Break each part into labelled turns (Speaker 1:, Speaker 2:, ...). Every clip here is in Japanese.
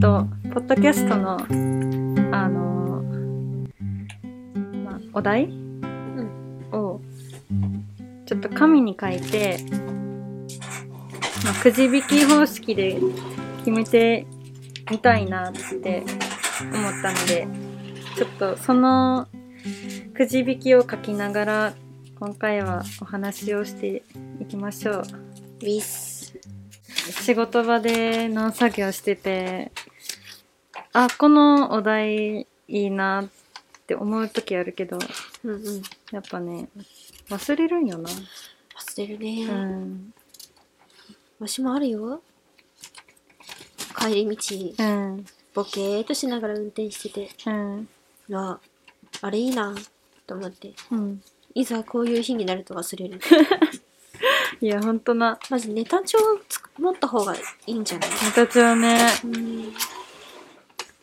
Speaker 1: と、ポッドキャストの、あのーまあ、お題、を、ちょっと紙に書いて、まあ、くじ引き方式で決めてみたいなって思ったので、ちょっとそのくじ引きを書きながら、今回はお話をしていきましょう。
Speaker 2: ウィス。
Speaker 1: 仕事場で農作業しててあこのお題いいなって思う時あるけど
Speaker 2: うんうん。忘
Speaker 1: やっぱね忘れるんよな、
Speaker 2: れるね、
Speaker 1: うん
Speaker 2: わしもあるよ。帰り
Speaker 1: う
Speaker 2: 道、
Speaker 1: ん
Speaker 2: ボケーっとしながら運転してて、
Speaker 1: うん
Speaker 2: あ、あれいいなと思って。
Speaker 1: うん
Speaker 2: いざこういう日になると忘れる。
Speaker 1: いやほんとな
Speaker 2: まずネタ帳をつ持った方がいいんじゃない
Speaker 1: 私はね
Speaker 2: うん。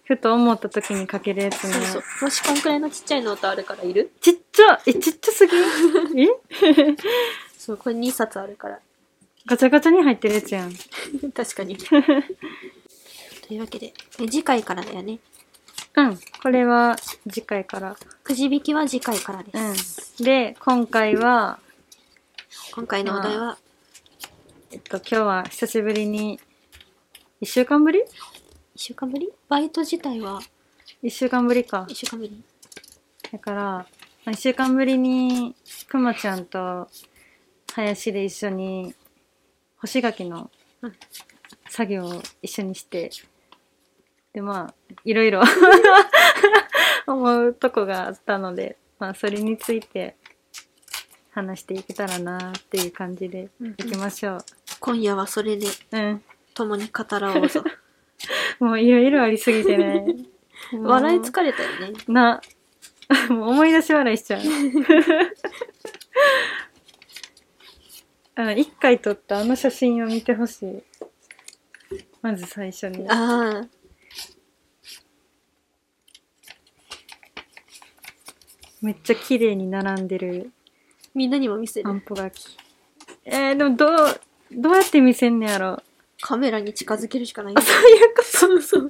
Speaker 1: ふと思った時にかけるやつね
Speaker 2: そうそう。もしこんくらいのちっちゃいノートあるからいる
Speaker 1: ちっちゃえちっちゃすぎえ
Speaker 2: そう、これ2冊あるから。
Speaker 1: ガチャガチャに入ってるやつやん
Speaker 2: 確かに。というわけで、え次回からだよね。
Speaker 1: うんこれは次回から
Speaker 2: くじ引きは次回からです。
Speaker 1: うんで今回は
Speaker 2: 今回のお題は、
Speaker 1: えっと今日は久しぶりに1週間ぶり
Speaker 2: 1週間ぶりバイト自体は
Speaker 1: 一週間ぶりか
Speaker 2: 1。週間ぶり
Speaker 1: だから、まあ一週間ぶりに、くまちゃんと、林で一緒に、干し柿の
Speaker 2: うん
Speaker 1: 作業を一緒にして、で、まあ、いろいろ、 思うとこがあったので、まあ、それについて、話していけたらなっていう感じで
Speaker 2: うんうん、
Speaker 1: いきましょう。
Speaker 2: 今夜はそれで
Speaker 1: うん。
Speaker 2: 共に語らおうぞ。
Speaker 1: もういろいろありすぎてね。もう
Speaker 2: 笑い疲れたよね。
Speaker 1: な、 もう思い出し笑いしちゃう。 あの、一回撮ったあの写真を見てほしい。まず最初に。
Speaker 2: ああ、
Speaker 1: めっちゃ綺麗に並んでる
Speaker 2: みんなにも見せ
Speaker 1: あん
Speaker 2: る。
Speaker 1: ぽがき。えー、でもどう、どうやって見せんねやろ。
Speaker 2: カメラに近づけるしかない。
Speaker 1: そういうこと。
Speaker 2: そうそう。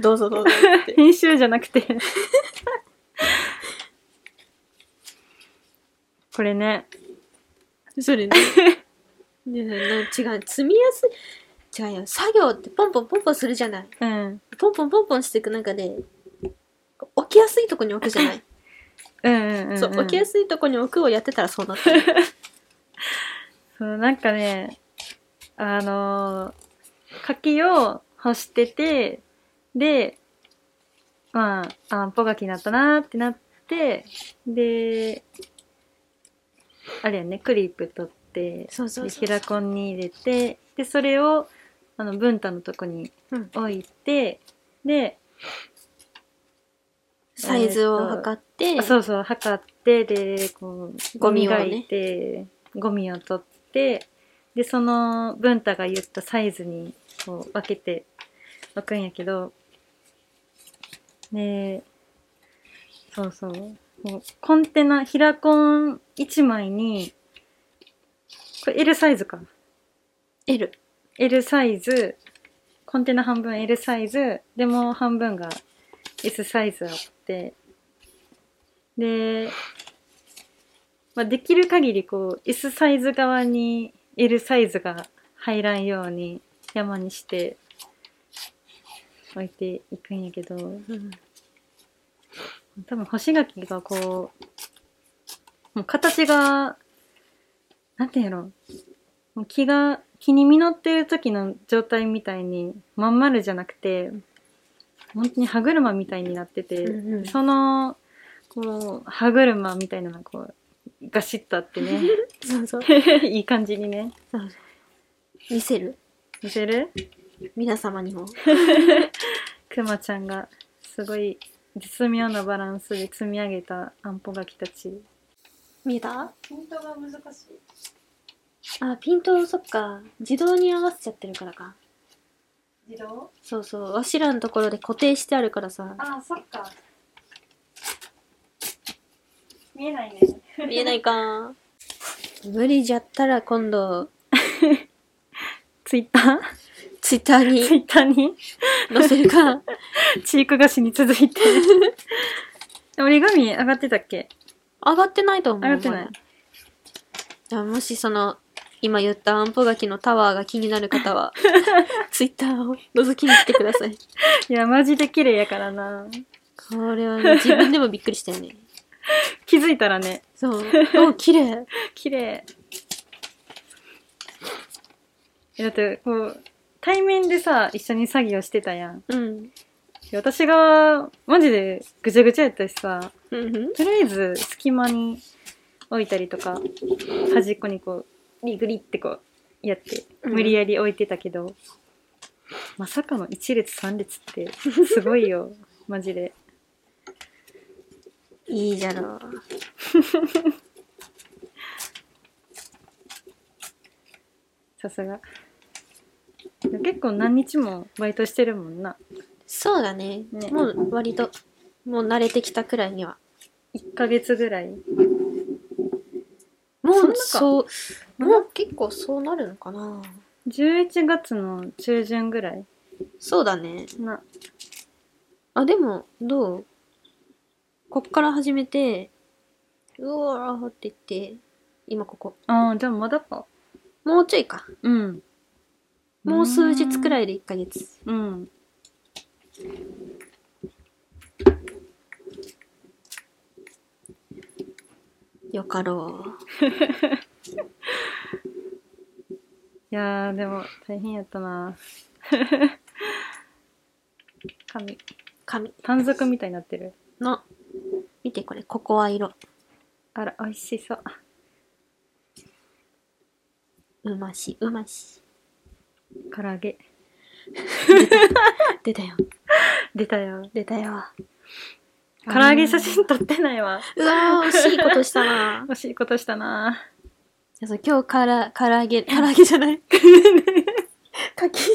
Speaker 2: どうぞどうぞって。
Speaker 1: 編集じゃなくて。これね。
Speaker 2: そ れね。ねえな違う、積みやすい。違うよ。作業ってポンポンポンポンするじゃない。
Speaker 1: うん。
Speaker 2: ポンポンポンポンしていく中で、置きやすいとこに置くじゃない。
Speaker 1: うんうんうん、うん。
Speaker 2: そう、置きやすいとこに置くをやってたらそうなってる。
Speaker 1: そうなんかねあのー、柿を干しててでまああんぽ柿になったなーってなってであれやねクリップ取って
Speaker 2: そうそう
Speaker 1: で
Speaker 2: そう。
Speaker 1: 平コンに入れてでそれをあの文太のとこに
Speaker 2: うん
Speaker 1: 置いて、で
Speaker 2: サイズを測って、
Speaker 1: あそうそう測ってでこう
Speaker 2: ゴミをね
Speaker 1: 磨いてゴミを取ってでその文太が言ったサイズにこう分けておくんやけどでそうそうもうコンテナ平コン1枚にこれ L サイズか
Speaker 2: L。
Speaker 1: L サイズコンテナ半分 L サイズでもう半分が S サイズあってで、まあ、できる限りこう S サイズ側に L サイズが入らんように山にして置いていくんやけど
Speaker 2: うん
Speaker 1: 多分干し柿がこう、もう形が、なんていうんやろ、もう木が、木に実ってる時の状態みたいに、まん丸じゃなくて、本当に歯車みたいになってて、
Speaker 2: うんうん
Speaker 1: その、こう、歯車みたいなのがこう、ガシッとあって ね、
Speaker 2: そうそう。
Speaker 1: いい感じにね、
Speaker 2: 見せる。
Speaker 1: 見せる
Speaker 2: 皆様にも。
Speaker 1: くまちゃんが、すごい絶妙なバランスで積み上げたあんぽ柿たち。
Speaker 2: 見えた
Speaker 1: ピントが難しい。
Speaker 2: あ、ピント、そっか。自動に合わせちゃってるからか。
Speaker 1: 自動
Speaker 2: そうそう。わしらのところで固定してあるからさ。
Speaker 1: ああ、そっか。見えないね。
Speaker 2: 見えないか。無理じゃったら今度、
Speaker 1: ツイッター
Speaker 2: ツイッター
Speaker 1: ツイ
Speaker 2: に
Speaker 1: ッターに
Speaker 2: 載せるから。
Speaker 1: チーク菓子に続いて。 折り紙上がってたっけ
Speaker 2: 上がってないと思う。
Speaker 1: 上がってない
Speaker 2: まだ。じゃあもしその、今言ったあんぽ柿のタワーが気になる方 は、ツイッターを覗きに来てくだ さい。
Speaker 1: いや、マジで綺麗やからな。
Speaker 2: これはね、自分でもびっくりしたよね。
Speaker 1: 気づいたらね、
Speaker 2: そう。お、綺麗。
Speaker 1: 綺麗。えだって、こう、対面でさ、一緒に作業してたやん。
Speaker 2: うん。
Speaker 1: で私が、マジでぐちゃぐちゃやったしさ、
Speaker 2: うん。
Speaker 1: とりあえず隙間に置いたりとか、端っこにこう、グリグリってこう、やって、
Speaker 2: うん
Speaker 1: 無理やり置いてたけど、まさかの一列三列って、すごいよ。 マジで。
Speaker 2: いいじゃろう。
Speaker 1: さすが。でも結構何日もバイトしてるもんな。
Speaker 2: そうだね。
Speaker 1: ね
Speaker 2: もう割と、もう慣れてきたくらいには。
Speaker 1: 1ヶ月ぐらい。
Speaker 2: も
Speaker 1: そんな
Speaker 2: う
Speaker 1: か
Speaker 2: そう、
Speaker 1: まだ
Speaker 2: もう結構そうなるのかな。
Speaker 1: 11月の中旬ぐらい
Speaker 2: そうだね。
Speaker 1: な。
Speaker 2: あ、でも、どうこっから始めて、うわーって言って、今ここ。
Speaker 1: ああ、じゃあまだか。
Speaker 2: もうちょいか。
Speaker 1: うん。
Speaker 2: もう数日く
Speaker 1: い。
Speaker 2: らいで1ヶ月。
Speaker 1: うん。
Speaker 2: よかろ
Speaker 1: いやー、でも大変やったな。 髪、
Speaker 2: う。紙。
Speaker 1: 短冊みたいになってる。
Speaker 2: の。見てこれ、ココア色。
Speaker 1: あら、美味しそう。
Speaker 2: うまし、うまし。
Speaker 1: 唐揚げ。
Speaker 2: 出たよ。
Speaker 1: 出たよ。
Speaker 2: 出たよ。
Speaker 1: 唐揚げ写真撮ってないわ。
Speaker 2: うわー、惜しいことしたな。
Speaker 1: 惜しいことしたない
Speaker 2: やそう今日から、唐揚げ、唐揚げじゃ ない。かき。かき。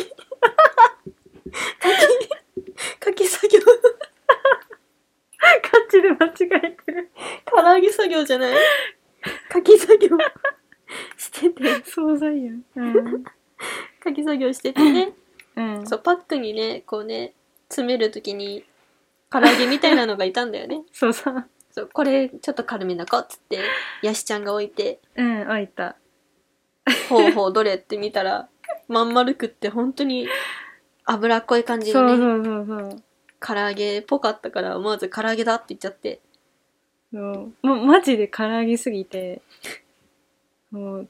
Speaker 2: かき作業。
Speaker 1: ガチで間違えて る。
Speaker 2: 唐揚げ作業じゃない。かき作業。してて、
Speaker 1: 惣菜やん。 うん。
Speaker 2: かき作業しててね。
Speaker 1: うん。
Speaker 2: そう、パックにね、こうね、詰めるときに。唐揚げみたいなのがいたんだよね。
Speaker 1: そうそう。
Speaker 2: そう、これ、ちょっと軽めだかっつって、ヤシちゃんが置いて。
Speaker 1: うん、置いた。
Speaker 2: ほうほう、どれって見たら。まん丸くって、本当に。脂っこい感じ
Speaker 1: そ
Speaker 2: の
Speaker 1: う
Speaker 2: ね。
Speaker 1: そうそうそう。
Speaker 2: 唐揚げっぽかったから思わず唐揚げだって言っちゃって
Speaker 1: もう、ま、マジで唐揚げすぎて、もう、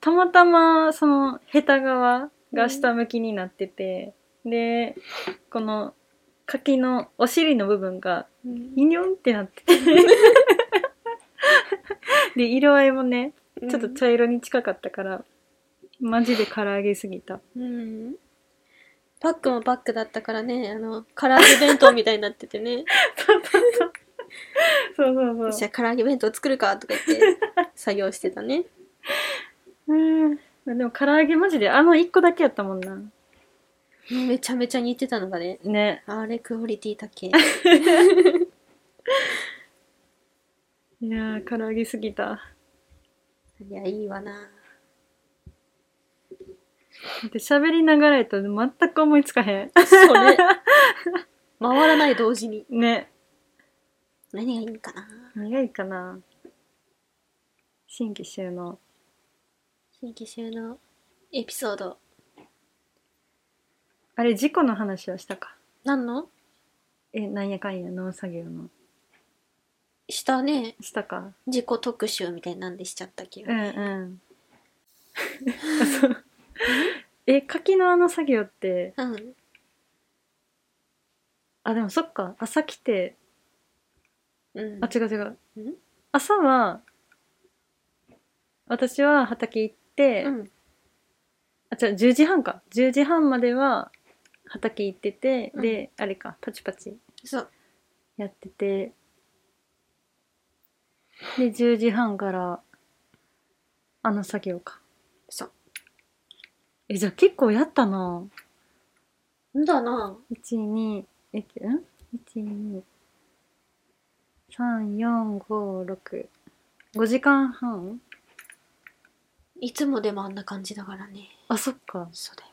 Speaker 1: たまたま、その、ヘタ側が下向きになってて、で、この、柿のお尻の部分が、
Speaker 2: ち
Speaker 1: イニョンってなって て。で、色合いもね、ちょっと茶色に近かったから、マジで唐揚げすぎた。
Speaker 2: うんパックもパックだったからねあの唐揚げ弁当みたいになってて ね
Speaker 1: そうそう
Speaker 2: じ
Speaker 1: そ
Speaker 2: ゃあ唐揚げ弁当作るかとか言 って作業してたね
Speaker 1: う。うん。でも唐揚げマジであの一個だけやったもんな。
Speaker 2: めちゃめちゃ似てたのがね
Speaker 1: ね。
Speaker 2: あれクオリティ高え
Speaker 1: いやー、唐揚げすぎた。
Speaker 2: いやいいわな
Speaker 1: で喋りながらやと全く思いつかへん。
Speaker 2: それ 回らない同時に
Speaker 1: ね。
Speaker 2: 何がいいんかな
Speaker 1: 苦いかな。新規収納。
Speaker 2: 新規収納エピソード
Speaker 1: あれ、事故の話をしたか。
Speaker 2: 何の
Speaker 1: え、なんやかんや、農作業の。
Speaker 2: したね
Speaker 1: したか。
Speaker 2: 自己特集みたいなんでしちゃったけど、
Speaker 1: うん うん。そうえ、柿のあの作業って、
Speaker 2: うん。
Speaker 1: あ、でもそっか。朝来て、
Speaker 2: うん。
Speaker 1: あ、違う違う
Speaker 2: うん。
Speaker 1: 朝は、私は畑行って、
Speaker 2: うん。
Speaker 1: あ、じゃ10時半か。10時半までは畑行ってて、で、あれか、パチパチ
Speaker 2: そう。
Speaker 1: やってて、で、10時半から、あの作業か。
Speaker 2: そう。
Speaker 1: え、じゃあ結構やったな。
Speaker 2: んだな。
Speaker 1: 1、2、え、ん ?1、2、3、4、5、6。5時間半
Speaker 2: いつもでもあんな感じだからね。
Speaker 1: あ、そっか。
Speaker 2: そうだ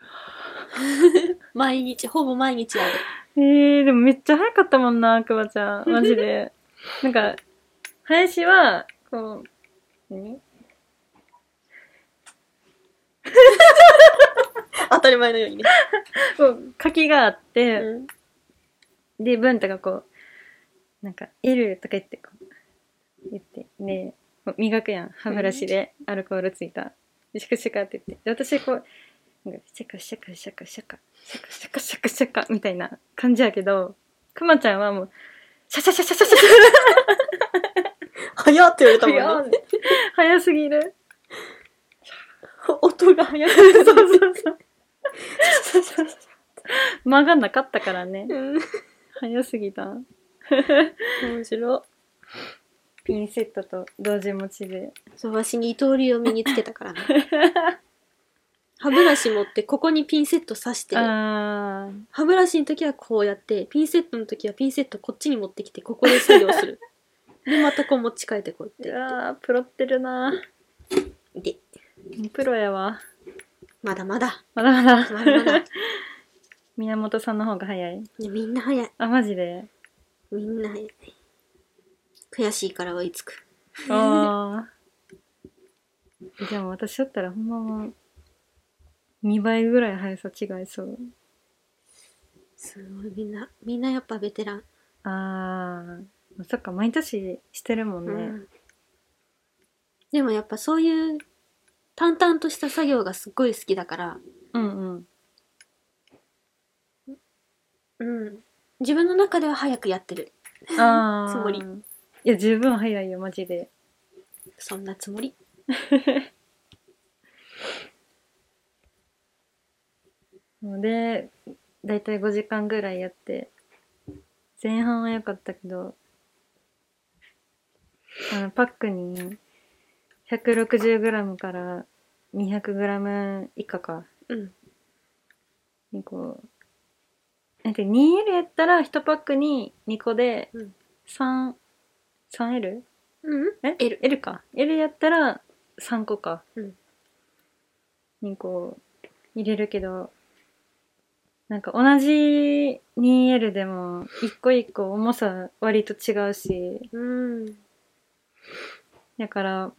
Speaker 2: よ。 毎日、ほぼ毎日やる。
Speaker 1: えー、でもめっちゃ早かったもんな、くまち ゃん。マジで。なんか、林は、こう、何
Speaker 2: 当たり前のようにね。
Speaker 1: こう、柿があって、
Speaker 2: うん
Speaker 1: で、文太がこう、なんか、L とか言って、こう、言って、で、こう磨くやん。歯ブラシでアルコールついた。でシャカシャカって言って。で、私こう、なんかシャカシャカシャカシャカ、シャカシャカシャカシャカみたいな感じやけど、くまちゃんはもう、シャシャシャシャシャシャシ
Speaker 2: 早って言われ
Speaker 1: ャ
Speaker 2: たもんね。
Speaker 1: 早い早すぎる。
Speaker 2: 音が早く
Speaker 1: そうそうそう。間がなかったからね。早すぎた。
Speaker 2: 面白
Speaker 1: ピンセットと同時持ちで。
Speaker 2: いそうわしに通りを身につけたからね 歯ブラシ持ってここにピンセット刺して
Speaker 1: あー。
Speaker 2: 歯ブラシの時はこうやってピンセットの時はピンセットこっちに持ってきてここで作業す るでまたこう持ち替えてこう
Speaker 1: い
Speaker 2: やっ
Speaker 1: やー、プロってるな
Speaker 2: てで
Speaker 1: プロや わ。
Speaker 2: まだまだ
Speaker 1: まだまだ。
Speaker 2: まだまだい
Speaker 1: 源さんの方が早い。
Speaker 2: やみんな早い
Speaker 1: あ、マジ で。
Speaker 2: みんな早い悔しいから追いつく
Speaker 1: あー。でも私だったらほんまもう、2倍ぐらい速さ違いそう。
Speaker 2: すごいみんなみんなやっぱベテラン、
Speaker 1: あー。そっか、毎年してるもんね。
Speaker 2: うんでもやっぱそういう淡々とした作業がすっごい好きだから
Speaker 1: うん うん。
Speaker 2: うん、自分の中では早くやってる
Speaker 1: あ
Speaker 2: つもり
Speaker 1: いや十分早いよマジで
Speaker 2: そんなつもり
Speaker 1: でだいたい5時間ぐらいやって前半は良かったけどあのパックに 160g から 200g 以下か
Speaker 2: うん
Speaker 1: にこうなんか 2L やったら1パックに2個で
Speaker 2: うん
Speaker 1: 3 3L?
Speaker 2: うん
Speaker 1: え
Speaker 2: L
Speaker 1: L か L やったら3個か、
Speaker 2: うん
Speaker 1: にこう入れるけどなんか同じ 2L でも一個一個重さ割と違うし
Speaker 2: うん
Speaker 1: だから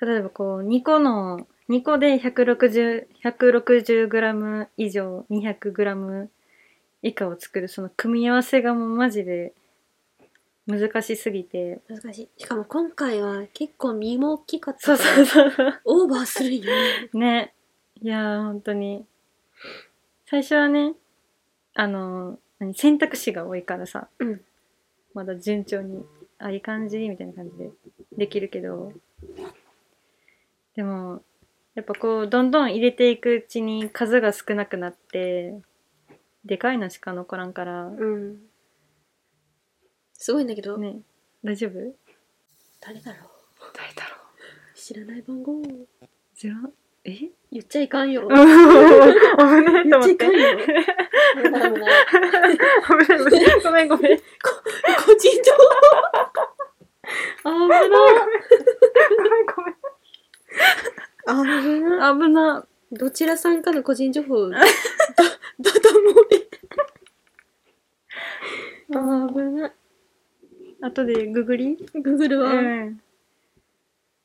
Speaker 1: 例えばこう2個の2個で 160g 以上 200g 以下を作るその組み合わせがもうマジで難しすぎて
Speaker 2: 難しいしかも今回は結構身も大きかっ
Speaker 1: そ
Speaker 2: た
Speaker 1: う
Speaker 2: から
Speaker 1: そうそうそう
Speaker 2: オーバーするよね
Speaker 1: ね。いやー、本当に。最初はね、あのー、何選択肢が多いからさ、
Speaker 2: うん
Speaker 1: まだ順調に、あ、いい感じ、みたいな感じでできるけど、でも、やっぱこう、どんどん入れていくうちに数が少なくなって、でかいのしか残らんから、
Speaker 2: うんすごいんだけど、
Speaker 1: ね、大丈夫
Speaker 2: 誰だろう
Speaker 1: 誰だろ
Speaker 2: 知らない番号
Speaker 1: うゼロえ
Speaker 2: 言っちゃいかんよ
Speaker 1: 危 ないと
Speaker 2: 言っ
Speaker 1: 思
Speaker 2: ちゃ
Speaker 1: っ
Speaker 2: い
Speaker 1: て
Speaker 2: かん。よ危ない危な
Speaker 1: 危ない危
Speaker 2: い
Speaker 1: ないごめんごめん。
Speaker 2: 個人情 報危ない危ない
Speaker 1: 危な。
Speaker 2: どちらさんかの個人情 報だ、だだ漏れ。あー危ない。
Speaker 1: あとでググり
Speaker 2: グーグルは、
Speaker 1: うん。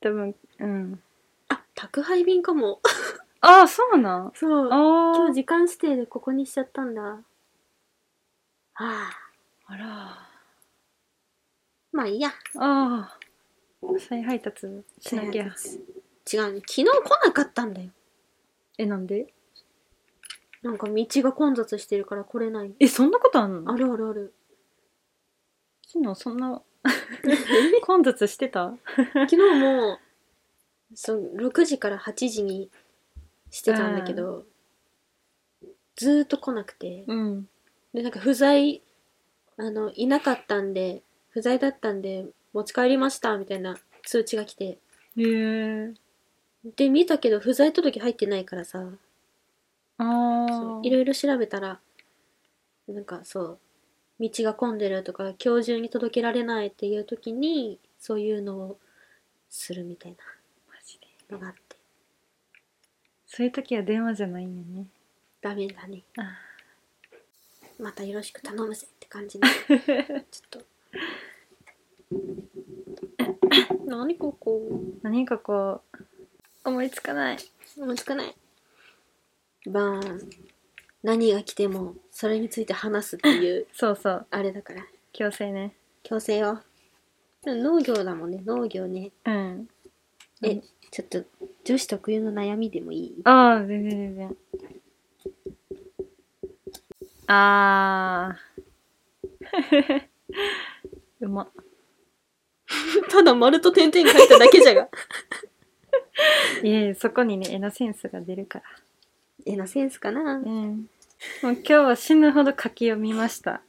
Speaker 1: 多分、うん。
Speaker 2: あ、宅配便かも。
Speaker 1: ああ、そうなん
Speaker 2: そう。
Speaker 1: あ
Speaker 2: 今
Speaker 1: あ
Speaker 2: 日。時間指定でここにしちゃったんだ。ああ、
Speaker 1: あら。あ
Speaker 2: まあいいや。
Speaker 1: あ。再配達しなきゃ。
Speaker 2: 違うね。昨日来なかったんだよ。
Speaker 1: え、なんで
Speaker 2: なんか道が混雑してるから来れない。
Speaker 1: え、そんなことあん
Speaker 2: あ
Speaker 1: の
Speaker 2: るあるある。
Speaker 1: 昨日そん な混雑してた
Speaker 2: 昨日も、そう、6時から8時にしてたんだけど、ずーっと来なくて。
Speaker 1: うん。
Speaker 2: でなんか不在あのいなかったんで不在だったんで持ち帰りましたみたいな通知が来て
Speaker 1: へえ。
Speaker 2: で見たけど不在届入ってないからさ
Speaker 1: あ
Speaker 2: そ
Speaker 1: あ
Speaker 2: う。いろいろ調べたらなんかそう道が混んでるとか今日中に届けられないっていう時にそういうのをするみたい
Speaker 1: マジで
Speaker 2: なのがあって
Speaker 1: そういう時は電話じゃないよね。
Speaker 2: ダメだね
Speaker 1: あ
Speaker 2: またよろしく頼むぜって感 じでちょっと何ここ
Speaker 1: 何かこう、思いつかない。
Speaker 2: 思いつかないバーン何が来てもそれについて話すっていう
Speaker 1: そうそう。
Speaker 2: あれだから
Speaker 1: 強制ね。
Speaker 2: 強制よでも農業だもんね農業ね
Speaker 1: うん。う
Speaker 2: え
Speaker 1: ん
Speaker 2: ちょっと女子特有の悩みでもいい
Speaker 1: ああ、全然全然。あー。 うま。
Speaker 2: ただ丸と点々書いただけじゃが
Speaker 1: いえいえ、そこにね、エナセンスが出るから。
Speaker 2: えなセンスかな
Speaker 1: うん。もう今日は死ぬほど書きを見ました。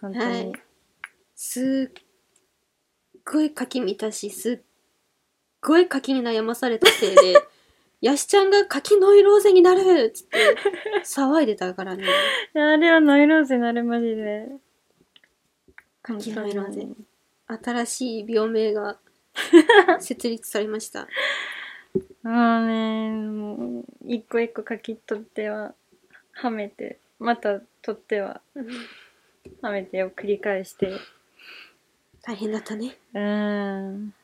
Speaker 1: 本当に。
Speaker 2: はいすっごい書き見たしすっごい書きに悩まされたせい でヤシちゃんが柿ノイローゼになるっつって騒いでたからね
Speaker 1: いやあれはノイローゼなるマジで。
Speaker 2: 柿ノイローゼ
Speaker 1: 本
Speaker 2: 新しい病名 が設立されました
Speaker 1: 当にもうね、もう、一個一個書き取っては、はめて、また取っては、はめてを繰り返して。
Speaker 2: 大変だったね
Speaker 1: うーん。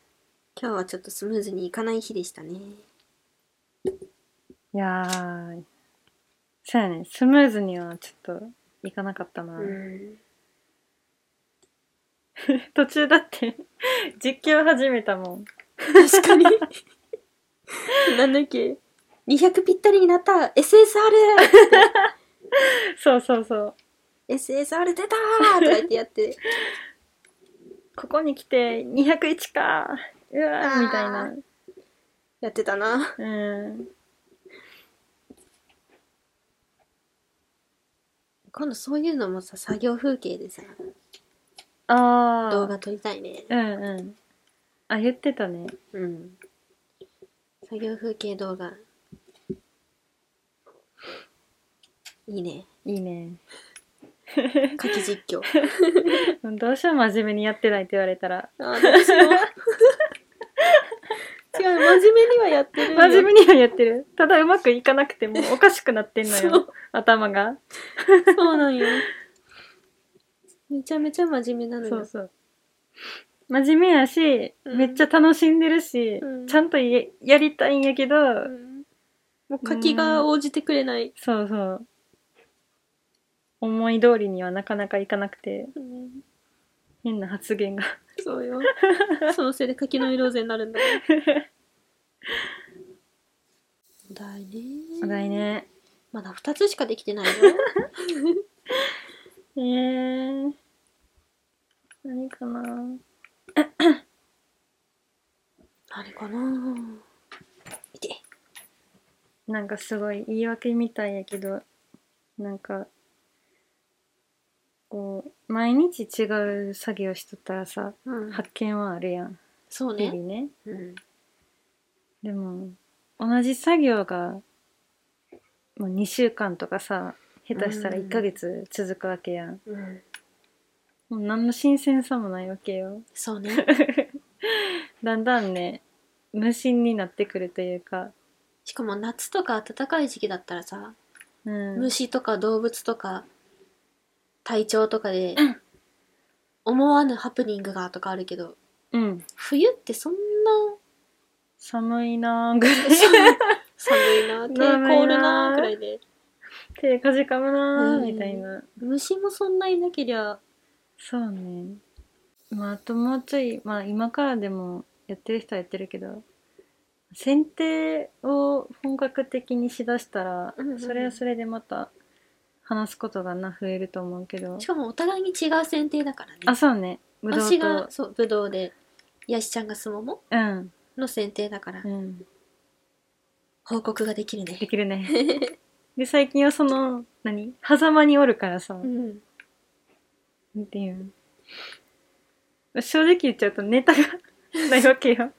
Speaker 2: 今日はちょっとスムーズにいかない日でしたね
Speaker 1: いやー、そうやね、スムーズにはちょっといかなかった
Speaker 2: う
Speaker 1: な。
Speaker 2: ん
Speaker 1: 途中だって、 実況始めたもん。
Speaker 2: 確かに なんだっけ200ぴったりになった SSR!SSR
Speaker 1: そうそうそう。
Speaker 2: 出たーとか言ってやって
Speaker 1: ここに来て201かうわ
Speaker 2: あー
Speaker 1: ーみたいな。
Speaker 2: やってたな
Speaker 1: うん。
Speaker 2: 今度そういうのもさ作業風景でさ
Speaker 1: ああ。
Speaker 2: 動画撮りたいね
Speaker 1: うんうん。あ、言ってたね。
Speaker 2: うん作業風景動画いいね
Speaker 1: いいね。
Speaker 2: 書き実況
Speaker 1: どうしよう真面目にやってないって言われたら。
Speaker 2: あ 私も違う真面目にはやってる
Speaker 1: 真面
Speaker 2: 目
Speaker 1: 目にはやってる。ただうまくいかなくてもうおかしくなってんの
Speaker 2: そ
Speaker 1: よ
Speaker 2: う。
Speaker 1: 頭が。
Speaker 2: そうなんよめちゃめちゃ真面目なのよ
Speaker 1: そうそう。真面目やし、
Speaker 2: うん
Speaker 1: めっちゃ楽しんでるし、
Speaker 2: うん
Speaker 1: ちゃんとややりたいんやけど、
Speaker 2: うんもう書きが応じてくれない、
Speaker 1: そうそう。思い通りにはなかなかいかなくて、
Speaker 2: うん
Speaker 1: 変な発言が。
Speaker 2: そう よそのせいで柿の色ゼになるんだお題ね
Speaker 1: お題ね。
Speaker 2: まだ2つしかできてないよ
Speaker 1: えー、何かな
Speaker 2: あれかないて
Speaker 1: なんかすごい言い訳みたいやけど、なんか、こう、毎日違う作業しとったらさ、
Speaker 2: うん
Speaker 1: 発見はあるやん。
Speaker 2: そう
Speaker 1: 日々
Speaker 2: ね、
Speaker 1: ね。
Speaker 2: うん、
Speaker 1: でも、同じ作業が、もう2週間とかさ、下手したら1ヶ月続くわけやん。
Speaker 2: うん、
Speaker 1: もう何の新鮮さもないわけよ。
Speaker 2: そうね
Speaker 1: だんだんね、無心になってくるというか、
Speaker 2: しかも夏とか暖かい時期だったらさ、
Speaker 1: うん。
Speaker 2: 虫とか動物とか体調とかで思わぬハプニングがとかあるけど
Speaker 1: うん。
Speaker 2: 冬ってそんな
Speaker 1: 寒いなーぐらい。
Speaker 2: 寒いな
Speaker 1: 寒
Speaker 2: 手
Speaker 1: いな
Speaker 2: 凍るなくらいで
Speaker 1: 手かじかむな
Speaker 2: うん
Speaker 1: ーみたいな。
Speaker 2: 虫もそんないなけりゃ
Speaker 1: そうね。まあ、あともうちょい、まあ今からでもやってる人はやってるけど、剪定を本格的にしだしたら
Speaker 2: うんうんう、ん
Speaker 1: それはそれでまた話すことがな増えると思うけど
Speaker 2: し。かもお互いに違う剪定だからね
Speaker 1: あ、そうね。ぶどう
Speaker 2: 私が
Speaker 1: と。
Speaker 2: そうぶどうでヤシちゃんがすもも
Speaker 1: うん。
Speaker 2: の剪定だから
Speaker 1: うん。
Speaker 2: 報告ができるね
Speaker 1: できるね。 で、最近はその、何狭間におるからさ、
Speaker 2: うん
Speaker 1: なんていうの正直言っちゃうとネタが ないわけよ。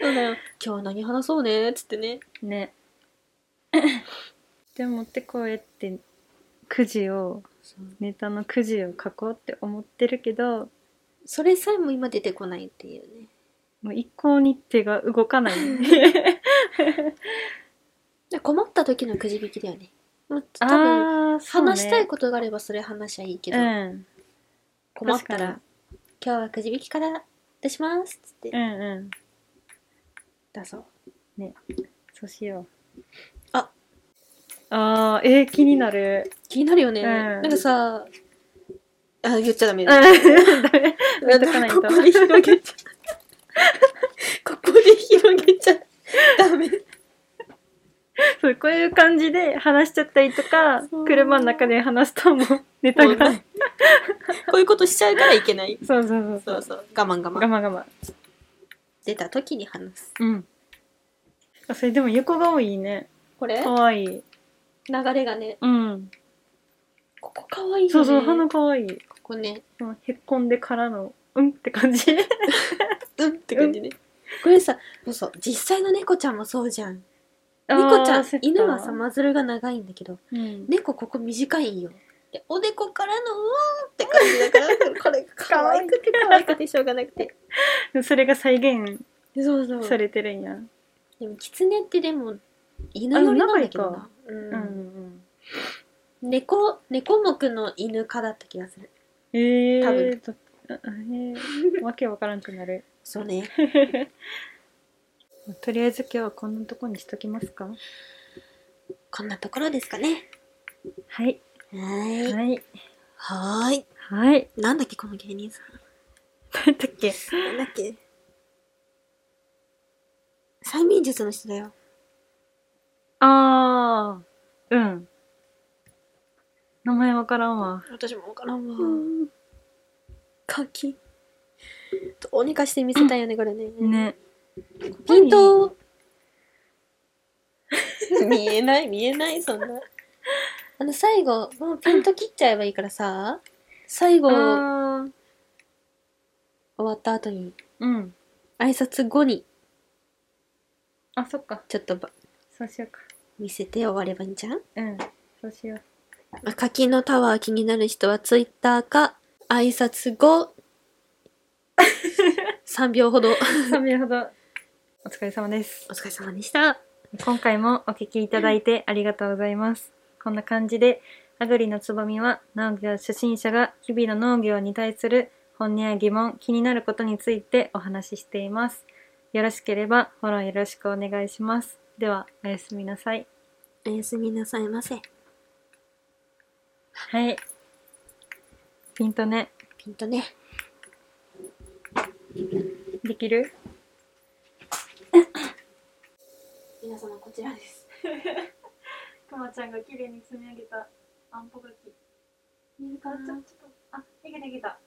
Speaker 2: そうだよ今日何話そうねっつってね
Speaker 1: ね。 じゃあ持ってこうやって、くじを、ネタのくじを書こうって思ってるけど、
Speaker 2: それさえも今出てこないっていうね
Speaker 1: もう一向に手が動かない。
Speaker 2: で困った時のくじ引きだよね。まあ 多分、
Speaker 1: あーそうね
Speaker 2: 話したいことがあればそれ話しゃいいけど、
Speaker 1: うん
Speaker 2: 困った
Speaker 1: 確
Speaker 2: ら、今日はくじ引きから出しますっつって
Speaker 1: うんうん
Speaker 2: 出そう。
Speaker 1: そうしよう
Speaker 2: あ
Speaker 1: あーえー、気にな る
Speaker 2: 気になるよね。
Speaker 1: うん
Speaker 2: なんかさ、あ、言っちゃダメ
Speaker 1: うん
Speaker 2: だ。
Speaker 1: ダメ見
Speaker 2: なん
Speaker 1: とかない
Speaker 2: だ
Speaker 1: と
Speaker 2: ここで広げちゃここで広げちゃダメ。
Speaker 1: そうこういう感じで話しちゃったりとか
Speaker 2: そう
Speaker 1: 車の中で話すとも うネタ
Speaker 2: もう
Speaker 1: が
Speaker 2: なこういうことしちゃうからいけない。
Speaker 1: そうそうそう
Speaker 2: そうそう。我慢我
Speaker 1: 我
Speaker 2: 慢。
Speaker 1: 慢我慢
Speaker 2: 出た時に話す。
Speaker 1: うんあそれでも横顔いいね
Speaker 2: これ
Speaker 1: かわいい
Speaker 2: 流れがね、
Speaker 1: うん
Speaker 2: ここかわいいよね。
Speaker 1: そうそう鼻かわいい
Speaker 2: ここね、
Speaker 1: そのへっこんでからのうんって感 じ
Speaker 2: うんって感じね。これさ、そうそう、実際の猫ちゃんもそうじゃん。猫ちゃ
Speaker 1: あー
Speaker 2: ん
Speaker 1: そっ、か
Speaker 2: 犬はさ、マズルが長いんだけど、
Speaker 1: うん
Speaker 2: 猫ここ短いんよ。でおでこからのうーんって感じだから、これが可愛くて可愛くてしょうがなくて。
Speaker 1: それが再現
Speaker 2: そう そう。
Speaker 1: されてるんや
Speaker 2: でもキツネってでも犬寄りなんだけどな、う
Speaker 1: うんんうん
Speaker 2: 猫猫目の犬科だった気がする
Speaker 1: え
Speaker 2: 多
Speaker 1: ー
Speaker 2: 分
Speaker 1: とあえーわけわからんくなる
Speaker 2: そう ね
Speaker 1: とりあえず今日はこんなとこにしときますか
Speaker 2: こんなところですかね
Speaker 1: はい
Speaker 2: はーい
Speaker 1: はい
Speaker 2: はーい
Speaker 1: はい
Speaker 2: なんだっけこの芸人さ
Speaker 1: 何だっけ
Speaker 2: んなんだっけ催眠術の人だよ
Speaker 1: あー、うん。名前わからんわ。
Speaker 2: 私もわからんわ
Speaker 1: うん
Speaker 2: 柿どうにかして見せたいよねこれね
Speaker 1: ね。
Speaker 2: ピント 見えない見えないそんなあの最後もうピント切っちゃえばいいからさ最後終
Speaker 1: あー
Speaker 2: わった後に
Speaker 1: うん。
Speaker 2: 挨拶後に
Speaker 1: あ、そっか。
Speaker 2: ちょっとば
Speaker 1: そうしようか。
Speaker 2: 見せて終わればいいんじゃん
Speaker 1: うん。そうしよう。
Speaker 2: まあ柿のタワー気になる人はツイッターか挨拶 後3秒ほど
Speaker 1: 3秒ほど。お疲れ様です
Speaker 2: お。疲れ様でした
Speaker 1: 今回もお聞きいただいてありがとうございます。こんな感じで、アグリのつぼみは農業初心者が日々の農業に対する本音や疑問、気になることについてお話ししています。よろしければフォローよろしくお願いします。では、おやすみなさい。
Speaker 2: おやすみなさいませ
Speaker 1: はい。ピントね。
Speaker 2: ピントね
Speaker 1: できる
Speaker 2: 皆様こちらです
Speaker 1: くまちゃんが綺麗に積み上げたあんぽがき。水か
Speaker 2: ちょ
Speaker 1: っと、あ、できたできた。